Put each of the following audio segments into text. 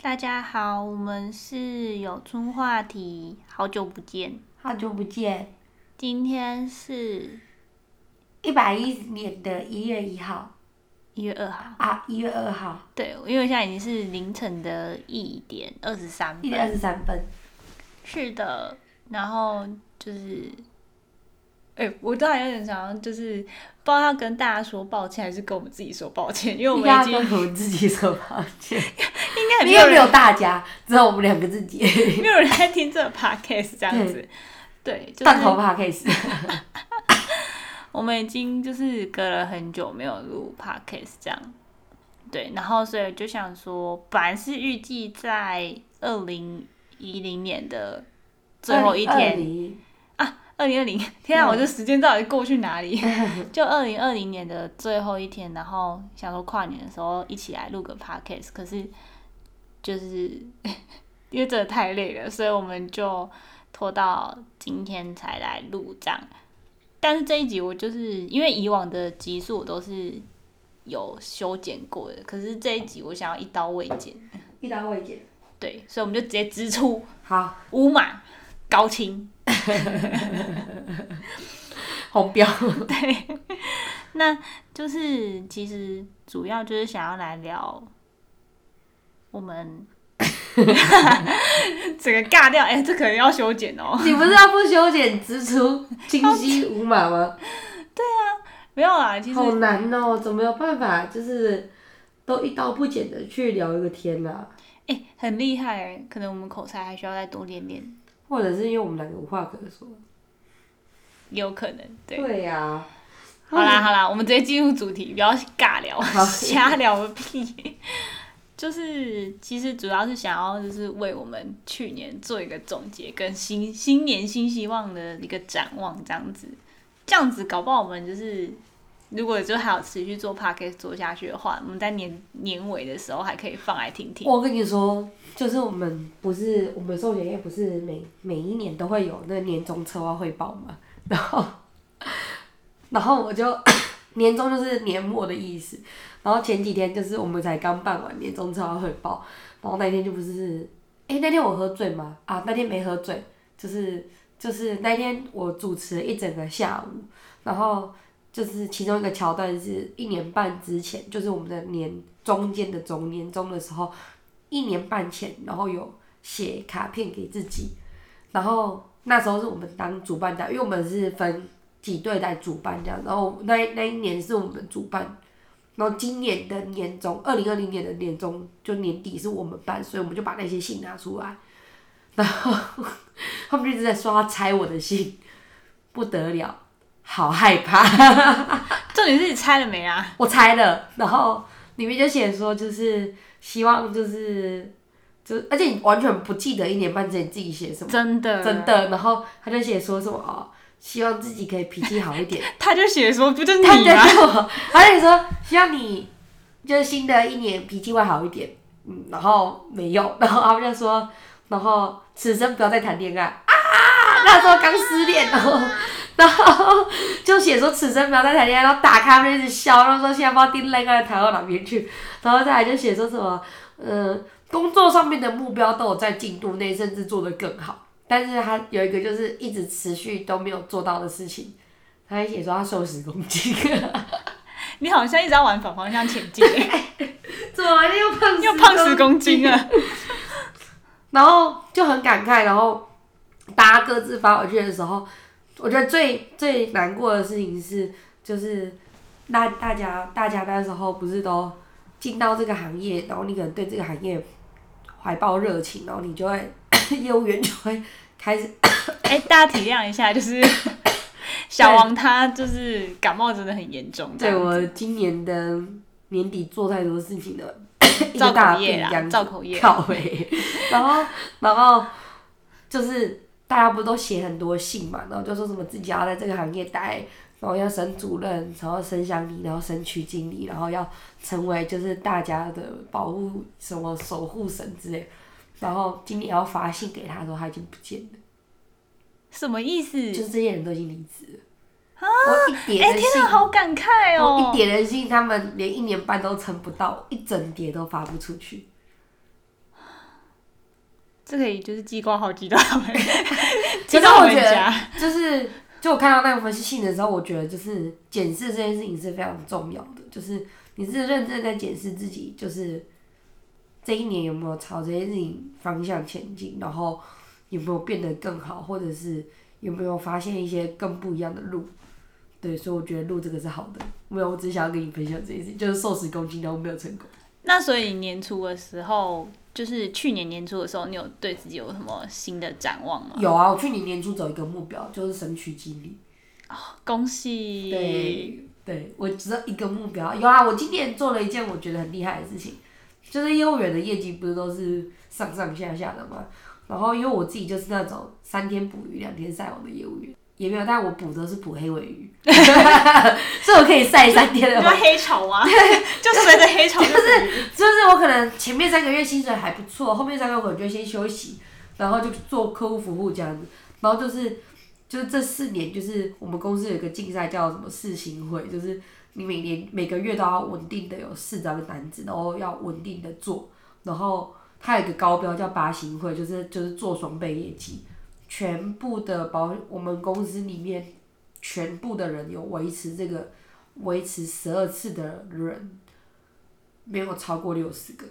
大家好，我们是有春话题，好久不见。好久不见，今天是一百一十年的一月一号一月二号，啊，一月二号，对，因为现在已经是凌晨的一点二十三一点二分。十三分。是的，然后就是，哎、我都还有点想要，就是不知道要跟大家说抱歉，还是跟我们自己说抱歉，因为我应们该已要经跟我们自己说抱歉，应该也没因有为没人有大家，只有我们两个自己。没有人在听这个 podcast 这样子。对，就是断头 podcast，我们已经就是隔了很久没有录 podcast 这样，对，然后所以就想说，本来是预计在二零一零年的最后一天，天，二零二零，天啊，嗯我这时间到底过去哪里？就二零二零年的最后一天，然后想说跨年的时候一起来录个 podcast，可是就是 因为真的太累了，所以我们就拖到今天才来录这样。但是这一集我就是因为以往的集数我都是有修剪过的，可是这一集我想要一刀未剪，一刀未剪。对，所以我们就直接支出好，无码高清。红标。那就是其实主要就是想要来聊我们整个尬掉，哎、这可能要修剪哦。你不是要不修剪支出清晰无码吗？没有啦，其实好难哦，怎么有办法就是都一刀不剪的去聊一个天啊呐、哎、很厉害、哎，可能我们口才还需要再多练练，或者是因为我们两个无话可说。也有可能。对，对呀、好啦好啦，我们直接进入主题，不要尬聊，好 瞎聊个屁。就是其实主要是想要就是为我们去年做一个总结，跟新新年新希望的一个展望这样子。这样子搞不好我们就是，如果就还有持续做 p o d c a s t 做下去的话，我们在年年尾的时候还可以放来听听。我跟你说，就是我们不是我们寿险业不是每每一年都会有那年终策划汇报嘛， 然后然后我就 年终就是年末的意思，然后前几天就是我们才刚办完年终策划汇报，然后那天就不是，诶，那天我喝醉吗？啊，那天没喝醉，就是就是那天我主持了一整个下午，然后。就是其中一个桥段是一年半之前，就是我们的年中间的总年终的时候，一年半前，然后有写卡片给自己，然后那时候是我们当主办单位，因为我们是分几队来主办这样，然后那那一年是我们主办，然后今年的年终，二零二零年的年终就年底是我们办，所以我们就把那些信拿出来，然后 他们就一直在说要拆我的信，不得了，好害怕。重点是你猜了没啊？ 我猜了，然后里面就写说，就是希望就是就，而且你完全不记得一年半之前自己写什么，真的真，的。然后他就写说什么哦，希望自己可以脾气好一点。他就写说不就是他就你啊吗？叫我，他就说希望你就是新的一年脾气会好一点。嗯，然后没有， 然后他们就说，然后此生不要再谈恋爱啊！那时候刚失恋，然后然后就写说此生不要再谈恋爱，然后打开他们就一直笑，然后说现在不知道订恋爱谈到哪边去，然后再来就写说什么，嗯、工作上面的目标都有在进度内，甚至做得更好。但是他有一个就是一直持续都没有做到的事情，他还写说他瘦十公斤，你好像一直要往反方向前 进、哎怎么又胖又胖十公斤了？然后就很感慨，然后大家各自发回去的时候，我觉得最最难过的事情是，就是那大家大家那时候不是都进到这个行业，然后你可能对这个行业怀抱热情，然后你就会 业务员就会开始哎、大家体谅一下，就是 小王他就是感冒真的很严重，对我今年的年底做太多事情了， 一造个大口业病这啦，样子造口业，靠欸然后然后就是大家不都写很多信嘛，然后就说什么自己要在这个行业待，然后要升主任，然后升乡里，然后升区经理，然后要成为就是大家的保护什么守护神之类的。然后今年要发信给他说他已经不见了，什么意思？就是这些人都已经离职了。我一叠哎、的天信哪，，好感慨我哦、一叠的信，他们连一年半都撑不到，一整叠都发不出去。这可以就是记挂号记到我 们，其记实到我们觉得家。 就是就我看到那个分析信的时候，我觉得就是检视这件事情是非常重要的，就是你是认真在检视自己，就是这一年有没有朝这件事情方向前进，然后有没有变得更好，或者是有没有发现一些更不一样的路。对，所以我觉得路这个是好的。没有，我只是想要跟你分享这件事，就是瘦十公斤，然后没有成功。那所以年初的时候，就是去年年初的时候，你有对自己有什么新的展望吗？有啊，我去年年初走一个目标，就是省取经理。恭喜！对，对我只有一个目标。有啊，我今年做了一件我觉得很厉害的事情，就是业务员的业绩不是都是上上下下的嘛。然后因为我自己就是那种三天捕鱼两天晒网的业务员，也没有，但我捕的是捕黑尾鱼， 所以我可以晒三天的你网说。黑潮 啊，就随着黑潮就就是就是我可能前面三个月薪水还不错，后面三个月我就先休息，然后就做客户服务这样子，然后就是就是这四年就是我们公司有一个竞赛叫什么世行会，就是你每年每个月都要稳定的有四张单子，然后要稳定的做，然后它有一个高标叫八行会，就是就是做双倍业绩，全部的保我们公司里面全部的人有维持这个维持十二次的人。没有超过六十个，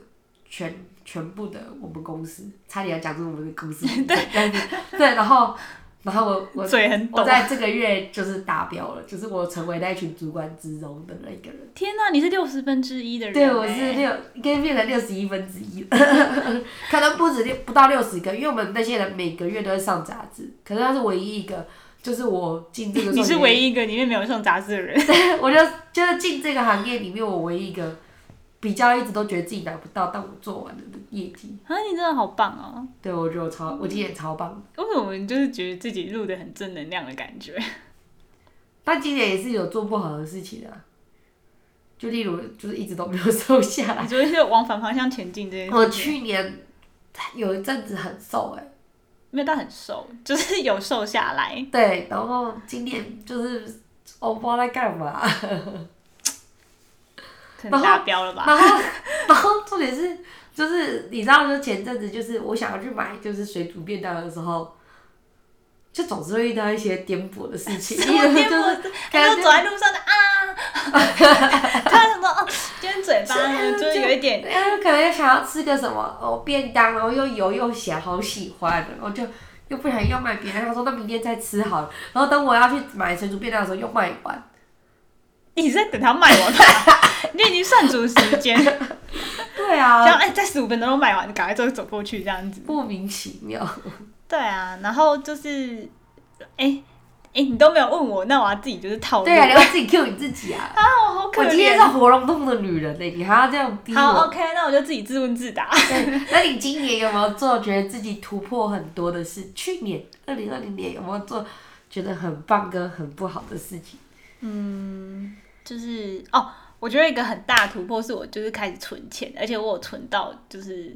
全全部的我们公司，差点要讲出我们的公司名字，但是对，然后然后我我嘴很我抖。在这个月就是达标了，就是我成为那群主管之中的那一个人，天啊哪、你是六十分之一的人、欸对我是。六，应该变成六十一分之一， 可能不止六不到六十个，因为我们那些人每个月都会上杂志，可是他是唯一一个，就是我进这个你是行业唯一一个里面没有上杂志的人，我就就是进这个行业里面，我唯一一个比较一直都觉得自己拿不到，但我做完了的业绩。 啊，你真的好棒哦！对，我觉得我超，我今年超棒的，为什么你就是觉得自己录的很正能量的感 觉？但今年也是有做不好的事情的、啊，就例如就是一直都没有瘦下来。你觉得是往反方向前进这件我事情，去年有一阵子很瘦哎、没有到很瘦，就是有瘦下来。对，然后今年就是我不知道在干嘛， 可然能后达标了吧？然后，然后重点是，就是你知道，就前阵子就是我想要去买就是水煮便当的时候，就总是会遇到一些颠簸的事 情，什因么为颠 就是簸？他就走啊在路上的啊， 突然想到哦，今天嘴巴呢就是有一点对啊，可能想要吃个什么哦便当，然后又油又咸，好喜欢，哦然后就又不想要买别的，他说那明天再吃好了，然后等我要去买水煮便当的时候又卖完，你是在等他卖完吧？ 你已经算足时间，然对啊，后哎，在十五分钟都卖完，你赶快就走过去这样子。莫名其妙，对啊，然后就是，哎哎，你都没有问我，那我要自己就是套路。对啊，你要自己 Q 你自己啊，啊，我哦 好可我今天是怜。活龙洞的女人欸呢、你还要这样逼我。好，OK，那我就自己自问自答。对，那你今年有没有做觉得自己突破很多的事？去年二零二零年有没有做觉得很棒跟很不好的事情？ 就是哦，我觉得一个很大的突破是我就是开始存钱，而且我有存到，就是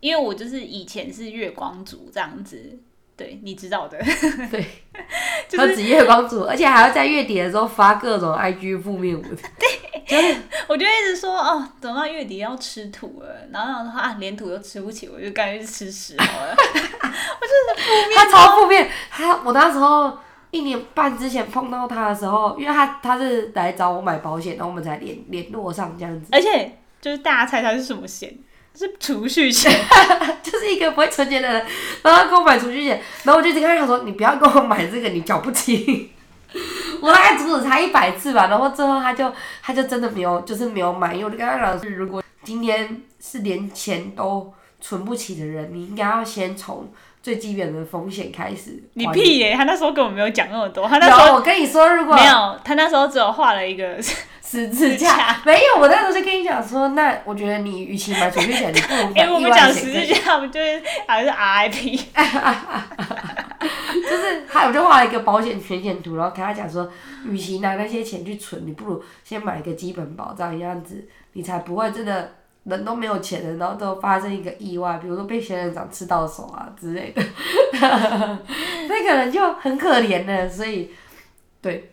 因为我就是以前是月光族这样子，对你知道的， 对，就是喝紫月光族，而且还要在月底的时候发各种 IG 负面文，我就一直说哦，等到月底要吃土了，然后想说啊，连土都吃不起，我就干脆去吃屎好 了。他超负面。他我那时候一年半之前碰到他的时候，因为他他是来找我买保险，然后我们才联联络上这样子，而且就是大家猜猜是什么险？是储蓄险，就是一个不会存钱的人，然后他给我买储蓄险，然后我就一直跟他说：“你不要跟我买这个，你缴不起。” 我大概阻止他一百次吧，然后最后他就他就真的没有，就是没有买，因为我就跟他讲是，如果今天是连钱都存不起的人，你应该要先从最基本的风险开始。你！屁耶、他那时候根本没有讲那么多，他那时然候后我跟你说，如果没有，啊他那时候只有画了一个十字十字架架，没有，我那时候就跟你讲说，那我觉得你与其买储蓄险，你不如 哎、买我意们外讲险十更字架，我们就是还是 RIP。就是他，我就画了一个保险全险图，然后跟他讲说，与其拿那些钱去存，你不如先买一个基本保障，这样子你才不会真的人都没有钱了，然后都发生一个意外，比如说被仙人掌吃到手啊之类的， 那个人就很可怜的，所以对，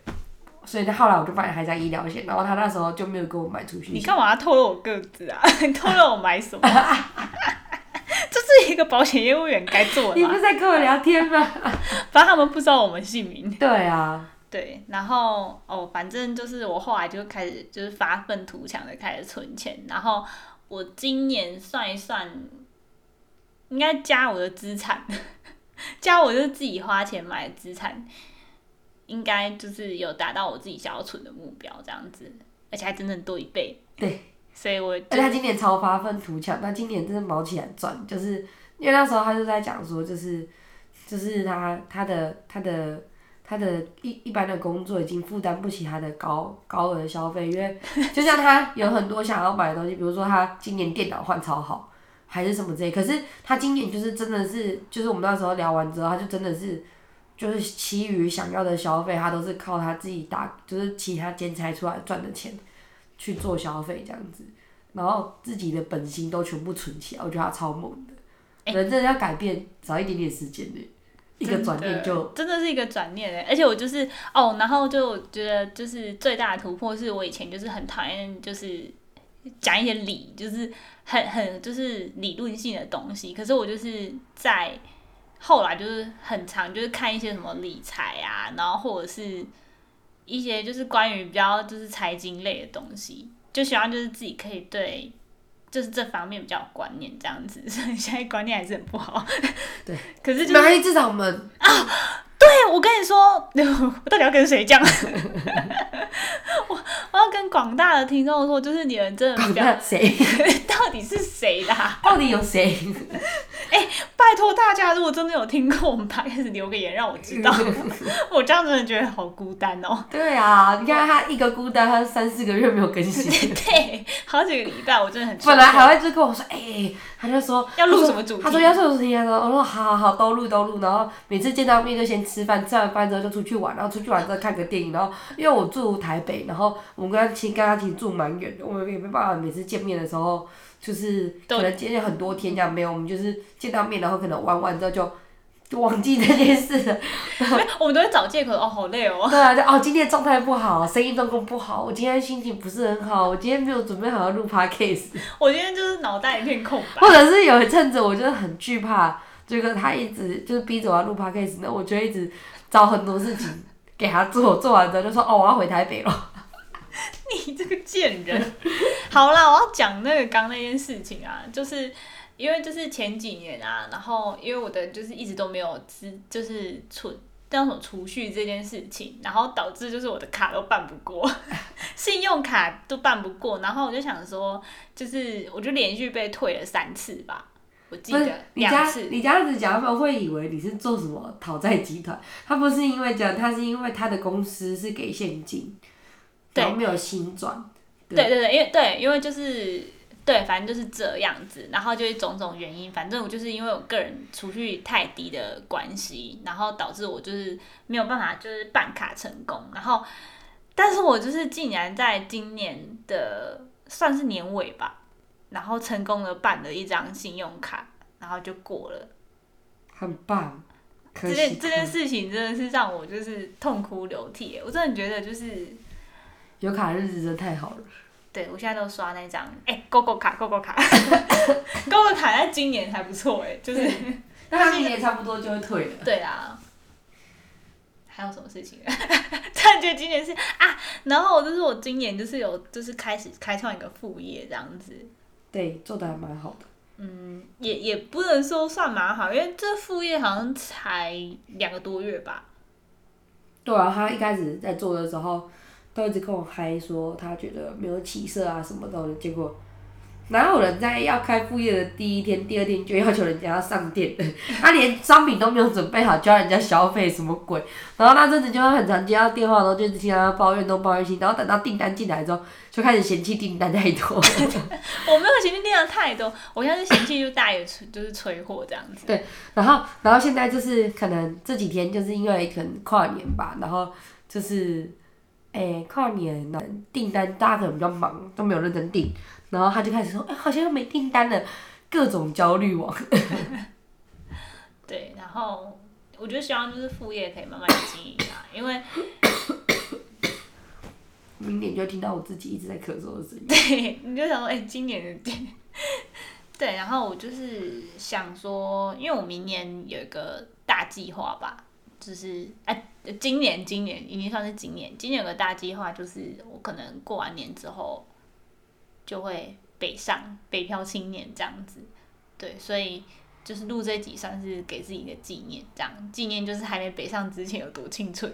所以他后来我就买了海峡医疗险，然后他那时候就没有给我买储蓄你 险，干嘛要透露我个子啊？你透露我买什么？这是一个个保险业务员该做的你吧 不。是在跟我聊天吗？反正他们不知道我们姓名。对啊，对，然后哦，反正就是我后来就开始就是发愤图强的开始存钱，然后我今年算一算，应该加我的资产， 加我就是自己花钱买的资产，应该就是有达到我自己想要存的目标这样子，而且还整整多一倍。对，所以我而就且他今年超发愤图强，他今年真的毛起来赚，就是因为那时候他就在讲说，就是就是他他的他的他的一一般的工作已经负担不起他的高高额消费，因为 就像他有很多想要买的东西，比如说他今年电脑换超好。还是什么之类，可是他今年就是真的是，就是我们那时候聊完之后，他就真的是，就是其余想要的消费，他都是靠他自己打，就是其他兼差出来赚的钱去做消费这样子。然后自己的本心都全部存起来，我觉得他超猛的。人真的要改变，找一点点时间的，一个转念就哎真的是一个转念哎，而且我就是哦，然后就我觉得就是最大的突破是我以前就是很讨厌就是讲一些理，就是很很就是理论性的东西，可是我就是在后来就是很常就是看一些什么理财啊，然后或者是一些就是关于比较就是财经类的东西，就希望就是自己可以对。就是这方面比较有观念这样子，所以现在观念还是很不好。对，可是就没关系，至少我们 对，我跟你说，我到底要跟谁讲？ 我我要跟广大的听众说，就是你们真的广不要，大谁 到底是谁啦？到底有谁？ 拜托大家，如果真的有听过我们 p 开始留个言让我知 道，我这样真的觉得好孤单哦。，对啊，你看他一个孤单，他三四个月没有更 新对，好几个礼拜我真的很本来愁还会就跟我说，哎、他就说要录他说什么主题他说要录什么主题啊，然后我说好好好，都录都录，然后每次见到面就先吃饭，吃完饭之后就出去玩，然后出去玩之后看个电影，然后因为我住台北，然后我们跟他亲跟他亲住蛮远的，我们也没办法每次见面的时候就是对可能见面很多天这样，没有，我们就是见到面，然后可能玩完之后就。就忘记这件 事了，没有我们都会找借口哦，好累哦。对啊，就哦，今天状态不好，生意状况不好，我今天心情不是很好，我今天没有准备好要录 podcast，我今天就是脑袋一片空白。或者是有一阵子我就是很惧怕，这个他一直就是逼着我要录 podcast，那我就一直找很多事情给他做，做完之后就说哦我要回台北了。你 这个贱人！好啦，我要讲那个刚那件事情啊，就是因为就是前几年啊，然后因为我的就是一直都没有资，就是存叫什么储蓄这件事情，然后导致就是我的卡都办不过， 信用卡都办不过，然后我就想说，就是我就连续被退了三次吧，我记不是得你这两样次，你这样子讲，他们会以为你是做什么讨债集团。他不是因为这样，他是因为他的公司是给现金，对然后没有新转。对对对，因为对，因为就是对，反正就是这样子，然后就是种种原因，反正我就是因为我个人储蓄太低的关系，然后导致我就是没有办法就是办卡成功，然后但是我就是竟然在今年的算是年尾吧，然后成功的办了一张信用卡，然后就过了。很棒，可这喜件这可件事情真的是让我就是痛哭流涕，我真的觉得就是有卡日子真太好了。对，我现在都刷那张，哎、g o g o 卡，GoGo 卡，GoGo 卡在今年还不错哎、就是那他明年差不多就会退了。 对啊。还有什么事情？啊 突然觉得今年是啊，然后就是我今年就是有就是开始开创一个副业这样子，对，做的还蛮好的。嗯，也也不能说算蛮好，因为这副业好像才两个多月吧，对啊，他一开始在做的时候，都一直跟我嗨说他觉得没有起色啊什么的，结果哪有人在要开副业的第一天、第二天就要求人家要上店的？ 他连商品都没有准备好，就要人家消费，什么鬼？然后那阵子就会很常接到电话，然后就一直听他抱怨东抱怨西，然后等到订单进来之后，就开始嫌弃订单太多。我没有嫌弃量太多，我现在是嫌弃就大于催就是催货这样子，然后，然后现在就是可能这几天就是因为可能跨年吧，然后就是，诶，跨年呢订单大家可能比较忙，都没有认真订，然后他就开始说，哎、好像又没订单了，各种焦虑网。对，然后我就希望就是副业可以慢慢经营啊，因为明年就会听到我自己一直在咳嗽的声音。 对，你就想说，哎、今年的对，然后我就是想说，因为我明年有一个大计划吧，就是哎、今年今年已经算是今年，今年有个大计划，就是我可能过完年之后就会北上，北漂青年这样子。对，所以就是录这集算是给自己一个纪念，这样纪念就是还没北上之前有多青春。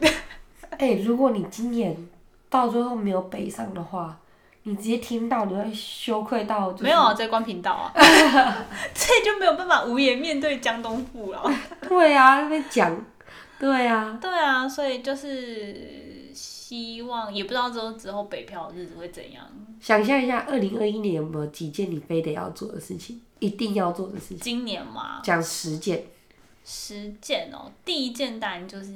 哎、如果你今年到最后没有北上的话，你直接听到你会羞愧到、就是，没有啊，在关频道 啊，这就没有办法无颜面对江东父老。对啊，那边讲，对啊，对啊，所以就是希望，也不知道之后之后北漂的日子会怎样。想象一下，二零二一年有没有几件你非得要做的事情，一定要做的事情？今年嘛，讲十件，十件哦，第一件当然就是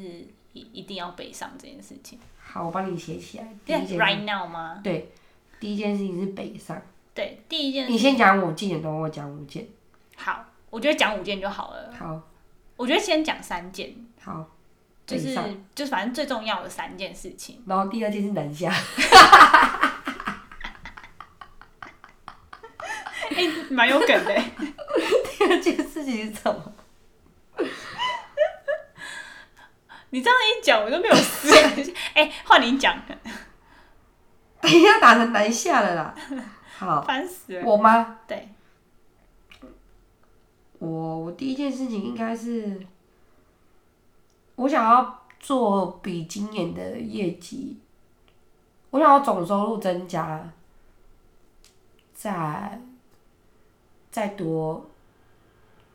一一定要北上这件事情。好，我帮你写起来。第一件， Right now 吗？对，第一件事情是北上。对，第一件你先讲五件，等我讲五件。好，我觉得讲五件就好了。好，我觉得先讲三件，好，就北是上。就是反正最重要的三件事 情。然后第二件是南下， 哎、蛮有梗 的。第二件事情是什么？你这样一讲，我都没有思。 哎、换你讲，等一下打成南下 了啦。好，烦死了。我吗？对，我我第一件事情应该是，我想要做比今年的业绩，我想要总收入增加，再再多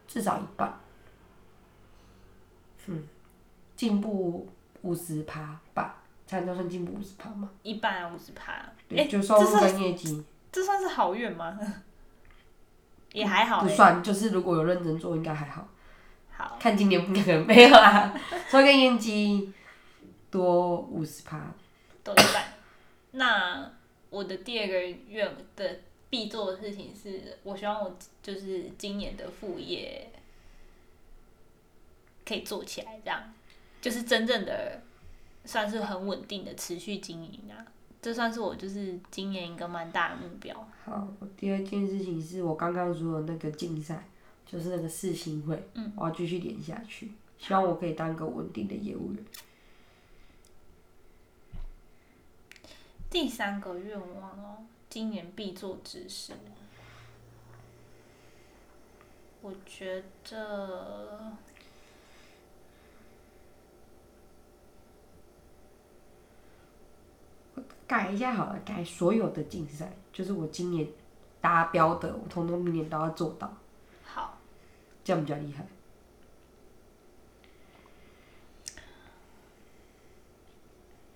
至少一半，嗯，进步五十趴吧，才能算进步五十趴嘛，一半啊五十趴。对，哎、就收这入算跟业绩这算是好运吗？ 也还好、不欸。算，就是如果有认真做，应该还好。好，看今年不可能没有啊啦，所以跟燕姬多五十趴，都一半。那我的第二个愿的必做的事情是，我希望我就是今年的副业可以做起来，这样就是真正的算是很稳定的持续经营啊。这算是我就是今年一个蛮大的目标。好，我第二件事情是我刚刚说的那个竞赛，就是那个世新会，我要继续连下去，希望我可以当个稳定的业务员。第三个愿望哦，今年必做之事。我觉得改一下好了，改所有的竞赛，就是我今年达标的，我通通明年都要做到，好，这样比较厉害。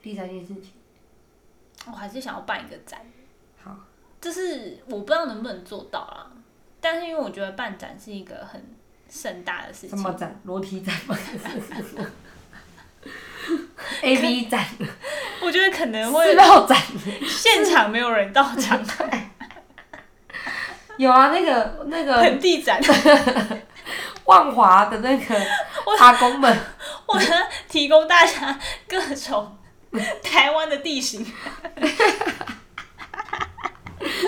第三件事情，我还是想要办一个展，好，就是我不知道能不能做到啦。但是因为我觉得办展是一个很盛大的事什么情，展？裸体展 吗？A V 展、我觉得可能私会料展，现场没有人到场，有啊，那个那个本地 展，万华的那个 我阿公们，或者提供大家各种台湾的地形。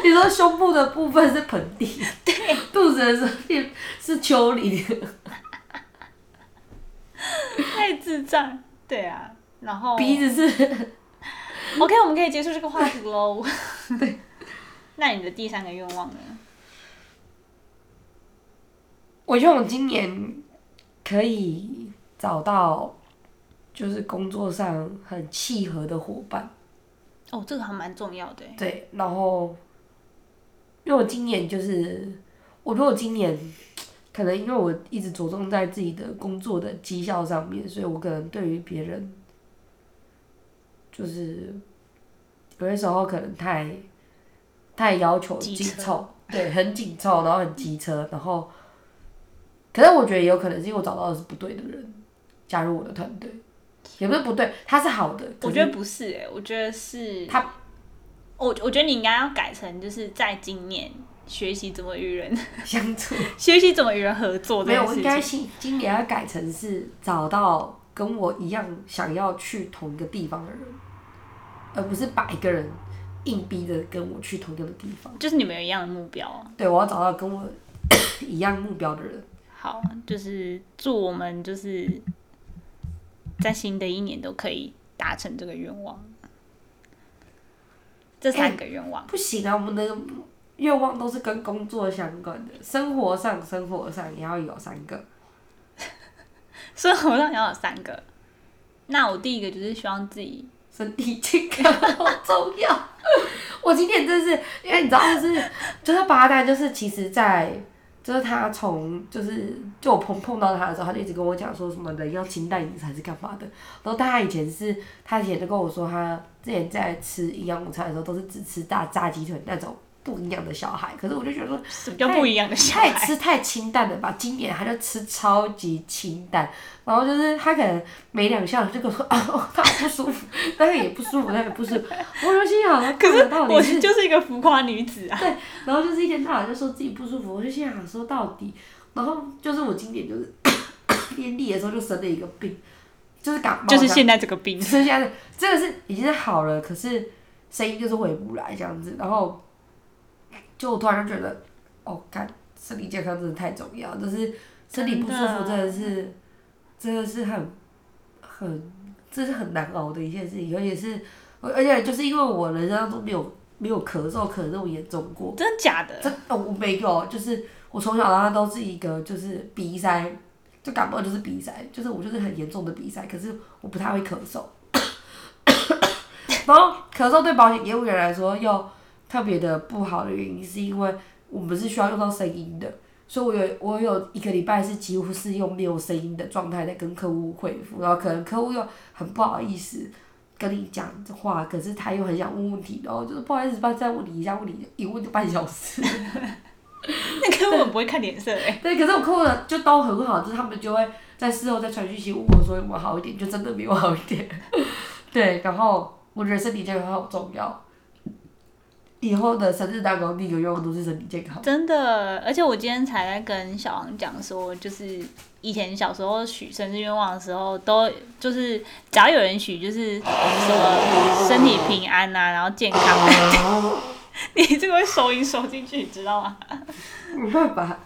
你说胸部的部分是盆 地，对，肚子的是是丘陵，太智障。对啊，然后鼻子是 OK，我们可以结束这个话题喽。对， 那你的第三个愿望呢？我希望我今年可以找到就是工作上很契合的伙伴。哦，这个还蛮重要的欸。对，然后因为我今年就是，我觉得我今年可能因为我一直着重在自己的工作的绩效上面，所以我可能对于别人就是有些时候可能太太要求机紧车凑，对，很紧凑，然后很机车，然后可是我觉得也有可能是因为我找到的是不对的人加入我的团队，也不是不对，他是好的，我可觉是得不是哎、我觉得是他我我觉得你应该要改成就是在今年学习怎么与人， 相处。学习怎么与人合作这没有，件我事应该情。今今年要改成是找到跟我一样想要去同一个地方的人，而不是把一个人硬逼着跟我去同一个地方。就是你们有一样的目标啊，对，我要找到跟我一样目标的人。好，就是祝我们就是在新的一年都可以达成这个愿望。这三个愿望，不行啊，我们的愿望都是跟工作相关的，生活上生活上也要有三个。 生活上要有三个。那我第一个就是希望自己身体健康 好重要。我今天真是，因为你知道，就是就是八蛋，就是其实在就是他从就是就我碰碰到他的时候，他就一直跟我讲说什么人要清淡饮食还是干嘛的。然后但他以前是，他以前就跟我说，他之前在吃营养午餐的时候，都是只吃大炸鸡腿那种不营养的小孩。可是我就觉得说，什么叫不一样的小他也孩？吃太清淡了吧？今年他就吃超级清淡，然后就是他可能每两下就跟我说 啊，哦他好不舒服，那个也不舒服，那个也 不舒服。我就心想说，可是看得到我底是，就是一个浮夸女子啊！然后就是一天到晚就说自己不舒服，我就心想说到底，然后就是我今年就是 年底的时候就生了一个病，就是感冒这就样，是现在这个病，剩下的真的是已经是好了，可是声音就是回不来这样子，然后就我突然就觉得，哦，看身体健康真的太重要，就是身体不舒服真真的是真的是很很这是很难熬的一件事情，而且是而而且就是因为我人生当中没有没有咳嗽咳得那么严重 过，真的假 的？真的我没有，就是我从小到大都是一个就是鼻塞，就感冒就是鼻塞，就是我就是很严重的鼻塞，可是我不太会咳嗽。然后咳嗽对保险业务员来说又特别的不好的原因，是因为我们是需要用到声音的，所以我有我有一个礼拜是几乎是用没有声音的状态在跟客户回复，然后可能客户又很不好意思跟你讲话，可是他又很想问问题，然后就是不好意思，帮再问你一下，问你一问就半小时。那根本不会看脸色哎、对，可是我客户就都很好，就是他们就会在事后再传讯息问我说有没有好一点，就真的没有好一点。 对，然后我觉得身体健康好重要。以后的生日蛋糕第一个愿望都是身体健康。真的。而且我今天才在跟小王讲说，就是以前小时候许生日愿望的时候，都就是只要有人许，就是什么身体平安啊，然后健康、啊。 你这个会收音收进去，你知道吗？没办法。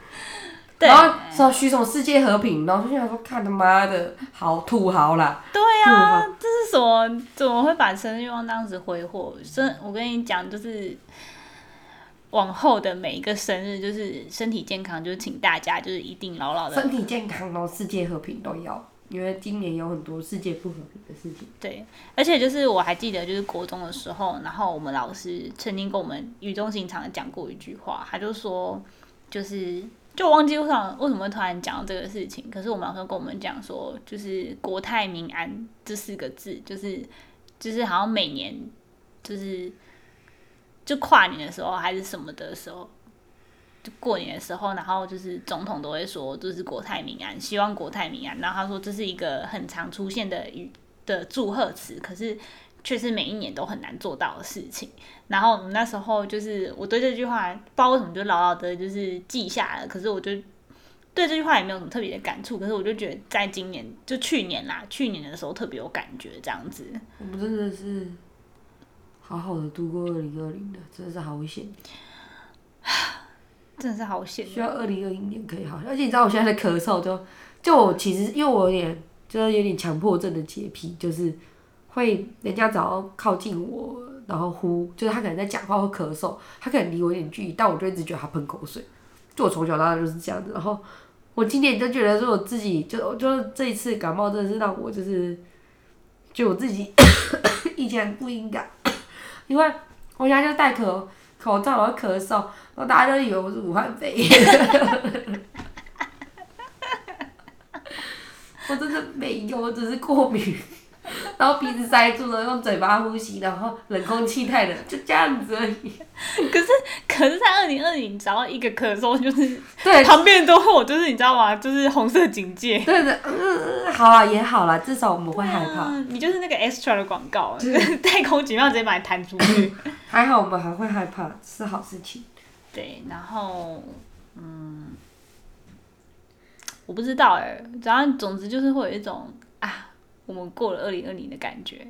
对然后说许什么世界和平，然后就想说，看他妈的，好土豪啦！对啊，这是什么？怎么会把生日愿望这样子挥霍？真，我跟你讲，就是往后的每一个生日，就是身体健康，就是请大家就是一定牢牢的嗯身体健康，然后世界和平都要，因为今年有很多世界不和平的事情。对。而且就是我还记得，就是国中的时候，然后我们老师曾经跟我们语重心长的讲过一句话，他就说，就是就我忘记为什么为什么会突然讲到这个事情，可是我们老师跟我们讲说，就是国泰民安这四个字，就是就是好像每年就是就跨年的时候还是什么的时候，就过年的时候，然后就是总统都会说就是国泰民安，希望国泰民安。然后他说这是一个很常出现的语的祝贺词，可是却是每一年都很难做到的事情。然后我们那时候就是我对这句话不知道为什么就牢牢的就是记下了，可是我就。对这句话也没有什么特别的感触，可是我就觉得在今年，就去年啦，去年的时候特别有感觉，这样子。我们真的是好好的度过二零二零的，真的是好危险。真的是好险需要二零二一年可以好，而且你知道我现在的咳嗽就就我其实因为我有点就是有点强迫症的洁癖，就是会人家只要靠近我，然后呼，就是他可能在讲话或咳嗽，他可能离我有点距离，但我就一直觉得他喷口水。就我从小到大就是这样子，然后我今年就觉得说我自己就就这一次感冒真的是让我就是就我自己 以前不应该，因为我现在就戴口口罩然后咳嗽，然后大家就以为我是武汉肺炎。我真的没有，我只是过敏，然后鼻子塞住了，用嘴巴呼吸，然后冷空气太冷，就这样子而已。可是，在二零二零，只要一个咳嗽，就是对，旁边都会有，就是你知道吗？就是红色警戒。对的，嗯，好啦，也好啦，至少我们会害怕。嗯，你就是那个 extra 的广告， 太空警报直接把你弹出去。还好我们还会害怕，是好事情。对，然后，嗯，我不知欸道哎、然后总之就是会有一种啊，我们过了二零二零的感觉。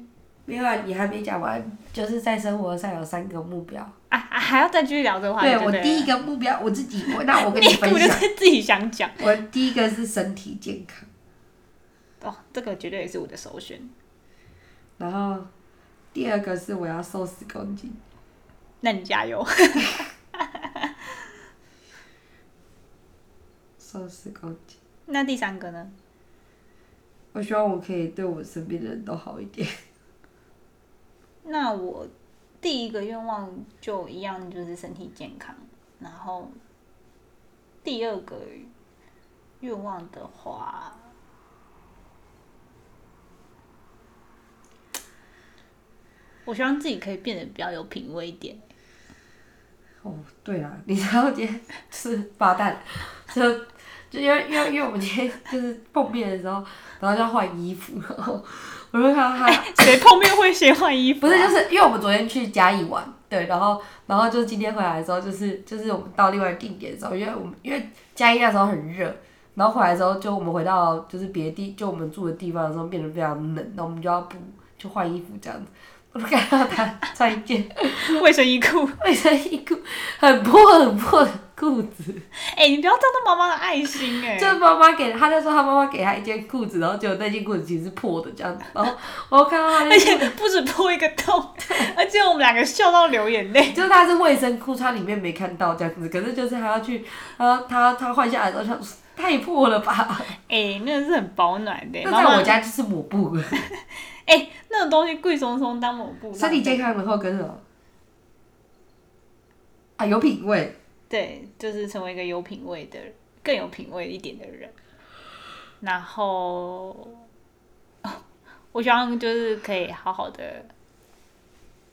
没有啊，你还没讲完，就是在生活上有三个目标。啊啊，还要再继续聊这个话题对就我对第了一个目标，我自己，我那我跟 你你分根本就享，是自己想讲我第一个是身体健康。哦，这个绝对也是我的首选。然后第二个是我要瘦十公斤，那你加油，瘦十公斤。那第三个呢？我希望我可以对我身边的人都好一点。那我第一个愿望就一样，就是身体健康。然后第二个愿望的话，我希望自己可以变得比较有品味一点。哦，对啦，你知道今天是八蛋， 就就因为因为因为我们今天就是碰面的时候，然后就要换衣服，然后我就看到他 谁碰面会先换衣服不啊、是，就是因为我们昨天去嘉义玩，对，然后然后就是今天回来的时候，就是就是我们到另外一个地点的时候，因为我们因为嘉义那时候很热，然后回来的时候就我们回到就是别的地，就我们住的地方的时候变得非常冷，那我们就要补就换衣服这样子。我就看到他穿一件卫生衣裤。卫生衣裤，很破很破的裤子，哎、你不要照到妈妈的爱心哎、就是妈妈给他就说他妈妈给他一件裤子，然后结果那件裤子其实是破的这样子，然后我看到他那而件且不止破一个洞，而且我们两个笑到流眼泪。就是他是卫生裤，他里面没看到这样子，可是就是他要去，他他他换下来的时候，他说太破了吧？哎、那个是很保暖的、那妈妈在我家就是抹布了。哎、 那种东西贵松松当抹布，身体健康，然后跟什么？啊，有品味。对，就是成为一个有品味的人，更有品味一点的人。然后，哦我希望就是可以好好的，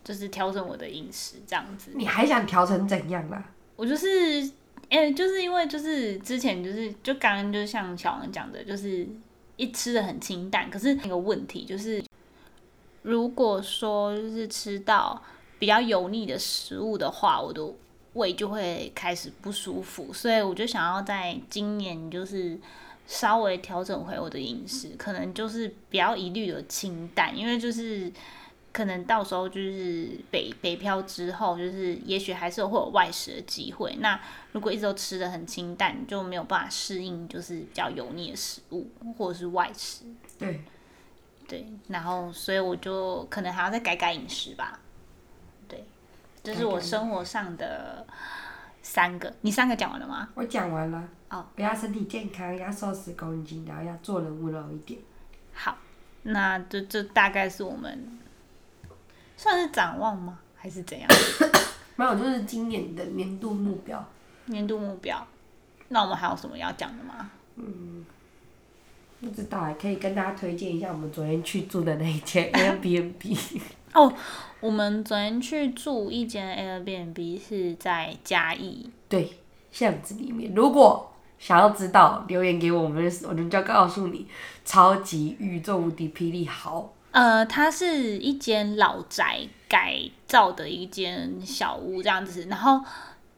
就是调整我的饮食这样子。你还想调成怎样啦？我就是，哎、就是因为就是之前就是就刚刚就像小王讲的，就是一吃的很清淡，可是那个问题就是，如果说就是吃到比较油腻的食物的话，我的胃就会开始不舒服，所以我就想要在今年就是。稍微调整回我的饮食，可能就是不要一律的清淡，因为就是可能到时候就是北北漂之后，就是也许还是有会有外食的机会。那如果一直都吃的很清淡，你就没有办法适应就是比较油腻的食物或者是外食。对，对，然后所以我就可能还要再改改饮食吧。对，这是我生活上的三个。你三个讲完了吗？我讲完了。哦，我要身体健康，要瘦十公斤，然后要做人温柔一点。好，那这这大概是我们算是展望吗？还是怎样？没有，就是今年的年度目标。年度目标？那我们还有什么要讲的吗？不知道欸，可以跟大家推荐一下我们昨天去住的那一间 Airbnb。我们昨天去住一间 Airbnb 是在嘉义，对，巷子里面，如果想要知道，留言给我们，我们就告诉你，超级宇宙无敌霹雳好，呃，它是一间老宅改造的一间小屋这样子，然后。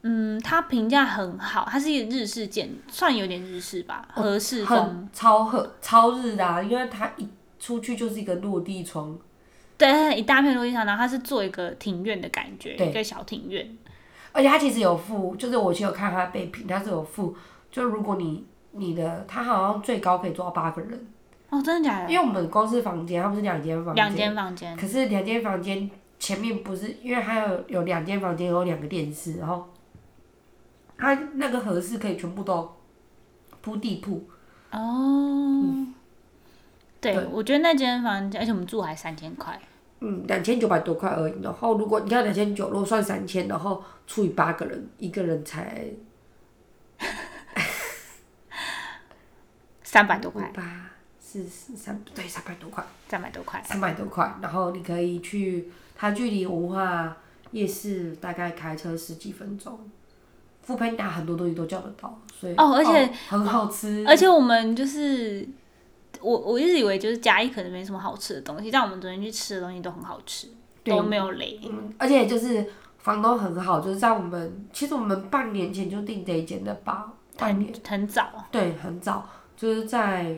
嗯，它评价很好，它是一个日式建，算有点日式吧，和式风。哦很超合超日的、啊，因为它一出去就是一个落地窗，对，它一大片落地窗，然后它是做一个庭院的感觉，对一个小庭院。而且它其实有附，就是我其实有看它备品，它是有附，就如果你你的，它好像最高可以坐到八个人，哦，真的假的？因为我们公司房间它不是两间房两间房间。可是两间房间前面不是，因为还有有两间房间有两个电视，然后它那个合适可以全部都铺地铺，哦，对，嗯对我觉得那间房间，而且我们住还三千块。嗯，两千九百多块而已。然后如果你看两千九，如果算三千，然后除以八个人，一个人才三百多五块，八四四三，对，三百多块，三百多块。三百多块。然后你可以去，它距离文化夜市大概开车十几分钟。富潘达很多东西都叫得到，所以哦而且很好吃，而且我们就是我我一直以为就是嘉义可能没什么好吃的东西，但我们昨天去吃的东西都很好吃，对都没有雷。嗯，而且就是房东很好，就是在我们其实我们半年前就订这一间的吧，半年很很早，对，很早，就是在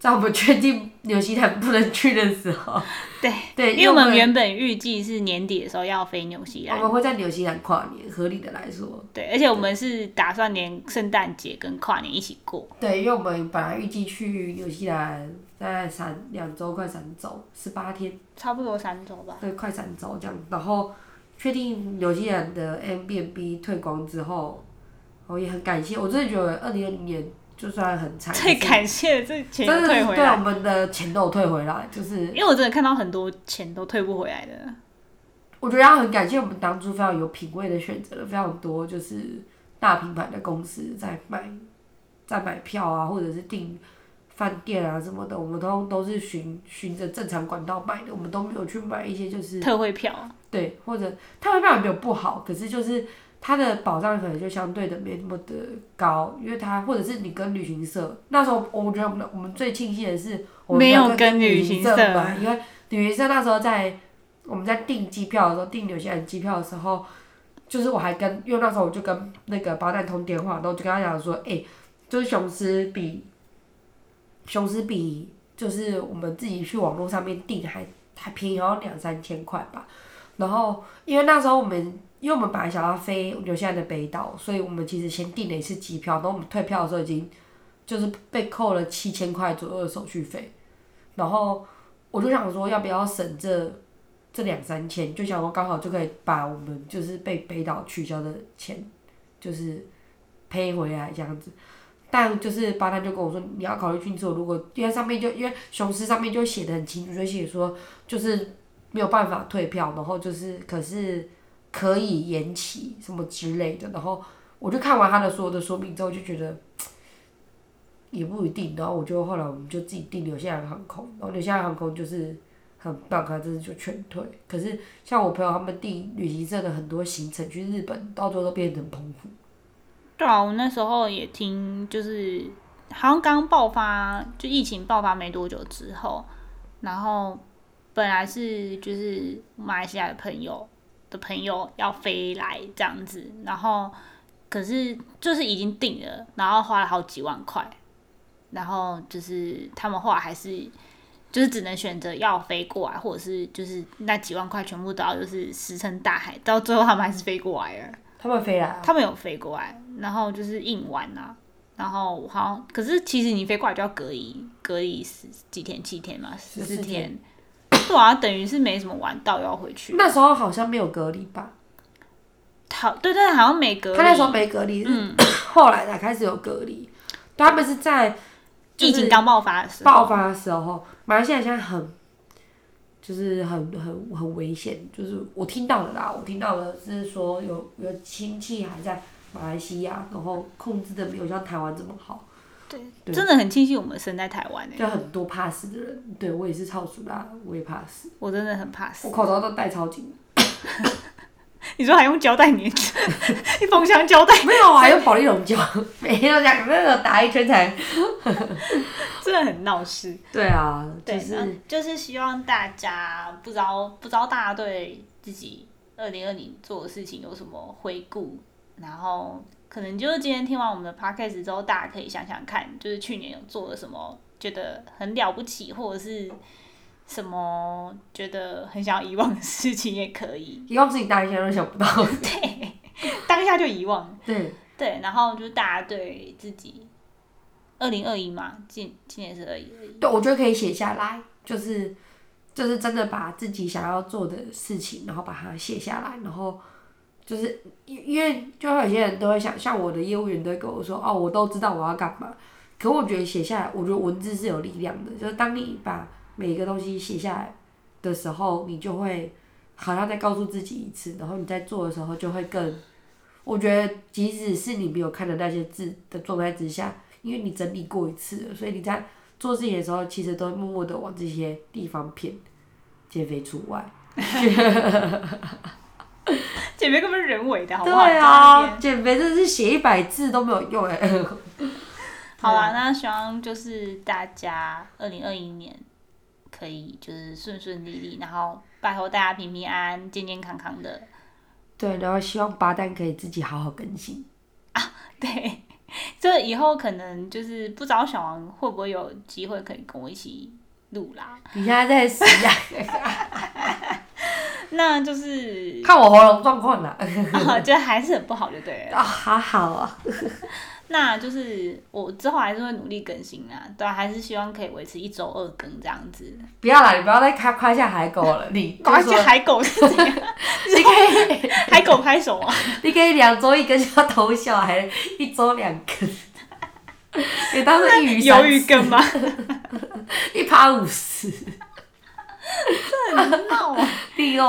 在我们确定纽西兰不能去的时候， 对对，因为我们不然原本预计是年底的时候要飞纽西我兰，们会在纽西兰跨年，合理的来说，对，而且我们是打算连圣诞节跟跨年一起过，对，因为我们本来预计去纽西兰大概三两周，快三周，十八天。差不多三周吧。对，快闪周这样，然后确定纽西兰的 M b b 退光之后，我也很感谢，我真的觉得二零二零年就算很 惨，最可是感谢的啊这钱真的退是回对我来，们的钱都有退回来，就是因为我真的看到很多钱都退不回来的。我觉得要很感谢我们当初非常有品味的选择了非常多，就是大品牌的公司在买在买票啊，或者是订饭店啊什么的，我们都都是循循着正常管道买的，我们都没有去买一些就是。特惠票，对，或者它的票也没有不好，可是就是它的保障可能就相对的没那么的高，因为它或者是你跟旅行社那时候，我觉得我们我们最庆幸的是我们没有跟跟旅行行社社买，因为旅行社那时候在我们在订机票的时候，订纽西兰机票的时候，就是我还跟因为那时候我就跟那个包蛋通电话，然后我就跟他讲说，哎、就是雄狮比雄狮比就是我们自己去网络上面订还还便宜，好像两三千块吧。然后因为那时候我们，因为我们本来想要飞纽西兰的北岛，所以我们其实先订了一次机票，然后我们退票的时候已经就是被扣了七千块左右的手续费。然后我就想说，要不要省这这两三千，就想说刚好就可以把我们就是被北岛取消的钱，就是赔回来这样子。但就是巴丹就跟我说，你要考虑清楚，如果因为上面就因为雄狮上面就写的很清楚，就写说就是没有办法退票，然后就是可是可以延期什么之类的。然后我就看完他的所有的说明之后，就觉得嗯也不一定。然后我就后来我们就自己订纽西兰航空，然后纽西兰航空就是很棒，它真的就全退。可是像我朋友他们订旅行社的很多行程去日本，到最后都变成澎湖。对啊，我那时候也听，就是好像刚爆发，就疫情爆发没多久之后，然后本来是就是马来西亚的朋友的朋友要飞来这样子，然后可是就是已经定了，然后花了好几万块，然后就是他们后来还是。就是只能选择要飞过来，或者是就是那几万块全部都要就是石沉大海，到最后他们还是飞过来了。他们飞来啊，他们有飞过来，然后就是硬玩啊，然后我好像可是其实你飞过来就要隔离，隔离十几天七天嘛，十14四天，对啊，等于是没什么玩到又要回去。那时候好像没有隔离吧？好，对对，好像没隔他那时候离，没隔离，是、后来才开始有隔离。对他们是在就疫是情刚爆发的时候，爆发的时候，马来西亚现在很，就是很很很危险。就是我听到的啦，我听到的是说有有亲戚还在马来西亚，然后控制的没有像台湾这么好，对真的很庆幸我们生在台湾诶、就很多怕死的人。对我也是超熟啦，我也怕死，我真的很怕我死。 口罩都戴超 紧，你说还用胶带粘着， 一封箱胶带，没有啊，用保利龙胶，每天都这样，那个打一圈才。真的很闹事。对啊，就对，是那就是希望大家不知道不知道大家对自己二零二零做的事情有什么回顾，然后可能就是今天听完我们的 podcast 之后，大家可以想想看，就是去年有做了什么觉得很了不起，或者是什么觉得很想要遗忘的事情也可以， 一忘事情，大家现在都想不到。当下就遗忘。对， 对，然后就是大家对自己二零二一嘛，今今年是二一二一，对，我觉得可以写下来，就是就是真的把自己想要做的事情，然后把它写下来，然后就是因因为就会有些人都会想，像我的业务员都会跟我说，哦，我都知道我要干嘛。可我觉得写下来，我觉得文字是有力量的，就是当你把每一个东西写下来的时候，你就会好像在告诉自己一次，然后你在做的时候就会更。我觉得，即使是你没有看的那些字的状态之下，因为你整理过一次了，所以你在做事情的时候，其实都会默默的往这些地方偏，减肥除外。姐妹根本是人为的，好不好？你在那对边啊，减肥真的是写一百字都没有用哎、 好啦，那希望就是大家二零二一年可以就是顺顺利利，然后拜托大家平平安安、健健康康的。对，然后希望八蛋可以自己好好更新。 对，这以后可能就是不知道小王会不会有机会可以跟我一起录啦。你现在在洗呀、那 就是看我喉咙状 况啦。啊，就还是很不好，就对了。啊，好好啊，那就是我之后还是会努力更新啦，对啊、还是希望可以维持一周二更这样子。不要啦，你不要再夸夸下海狗了，你 而且就说海狗是怎样？你可以，海狗拍手啊？你可以两周一根就要偷笑，还一周两根。 你当做一鱼鱿三鱼吃，羹 吗？一趴五十。闹啊！你哦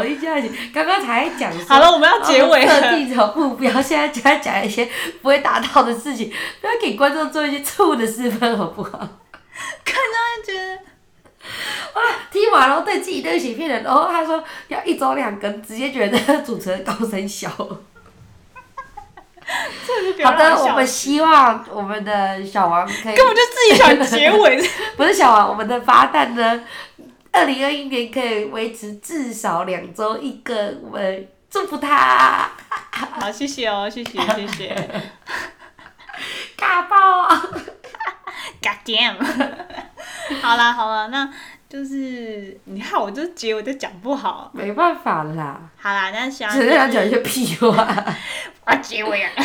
哦，一下子刚刚才讲说哦好了，我们要结尾设了。定成目标，现在就要讲一些不会达到的事情，不要给观众做一些错误的示范，好不 好？那觉得听完然后对自己的写骗人，然后他说要一周两更，直接觉得主持人高声笑。好这个就不要让的，我我笑们希望我们的小王可以根，本就自己想结尾。 不是小王，我们的发蛋呢，二零二一年可以维持至少两周一个，我们祝福他，好，谢谢哦，谢谢谢谢。嘎爆！ God damn！好 啦好啦，那就是你看，我就是结尾都讲不好。没办法啦，好啦，那希望只就是想讲一些屁话。啊，结尾啊。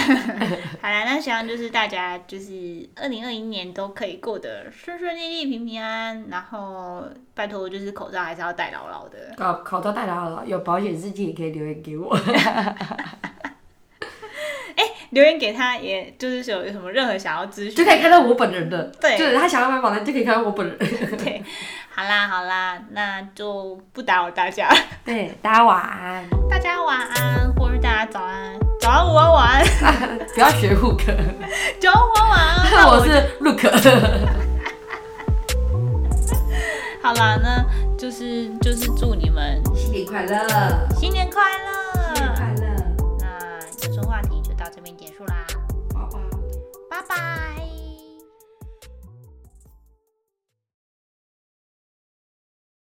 好啦，那希望就是大家就是二零二一年都可以过得顺顺利利、平平安安，然后拜托就是口罩还是要戴牢牢的。搞考到大家了，有保险事情也可以留言给我。留言给他，也就是有什么任何想要咨询 就可以看到我本人的，对就是他想要买保单就可以看到我本人。对，好啦好啦，那就不打扰大家， 对，大家晚安，大家晚安，或是大家早安，早安午安晚安， 不要学 hook，早安午安晚安。那 我是 look，好啦，那就是就是祝你们 新年快乐，新年快乐，新年快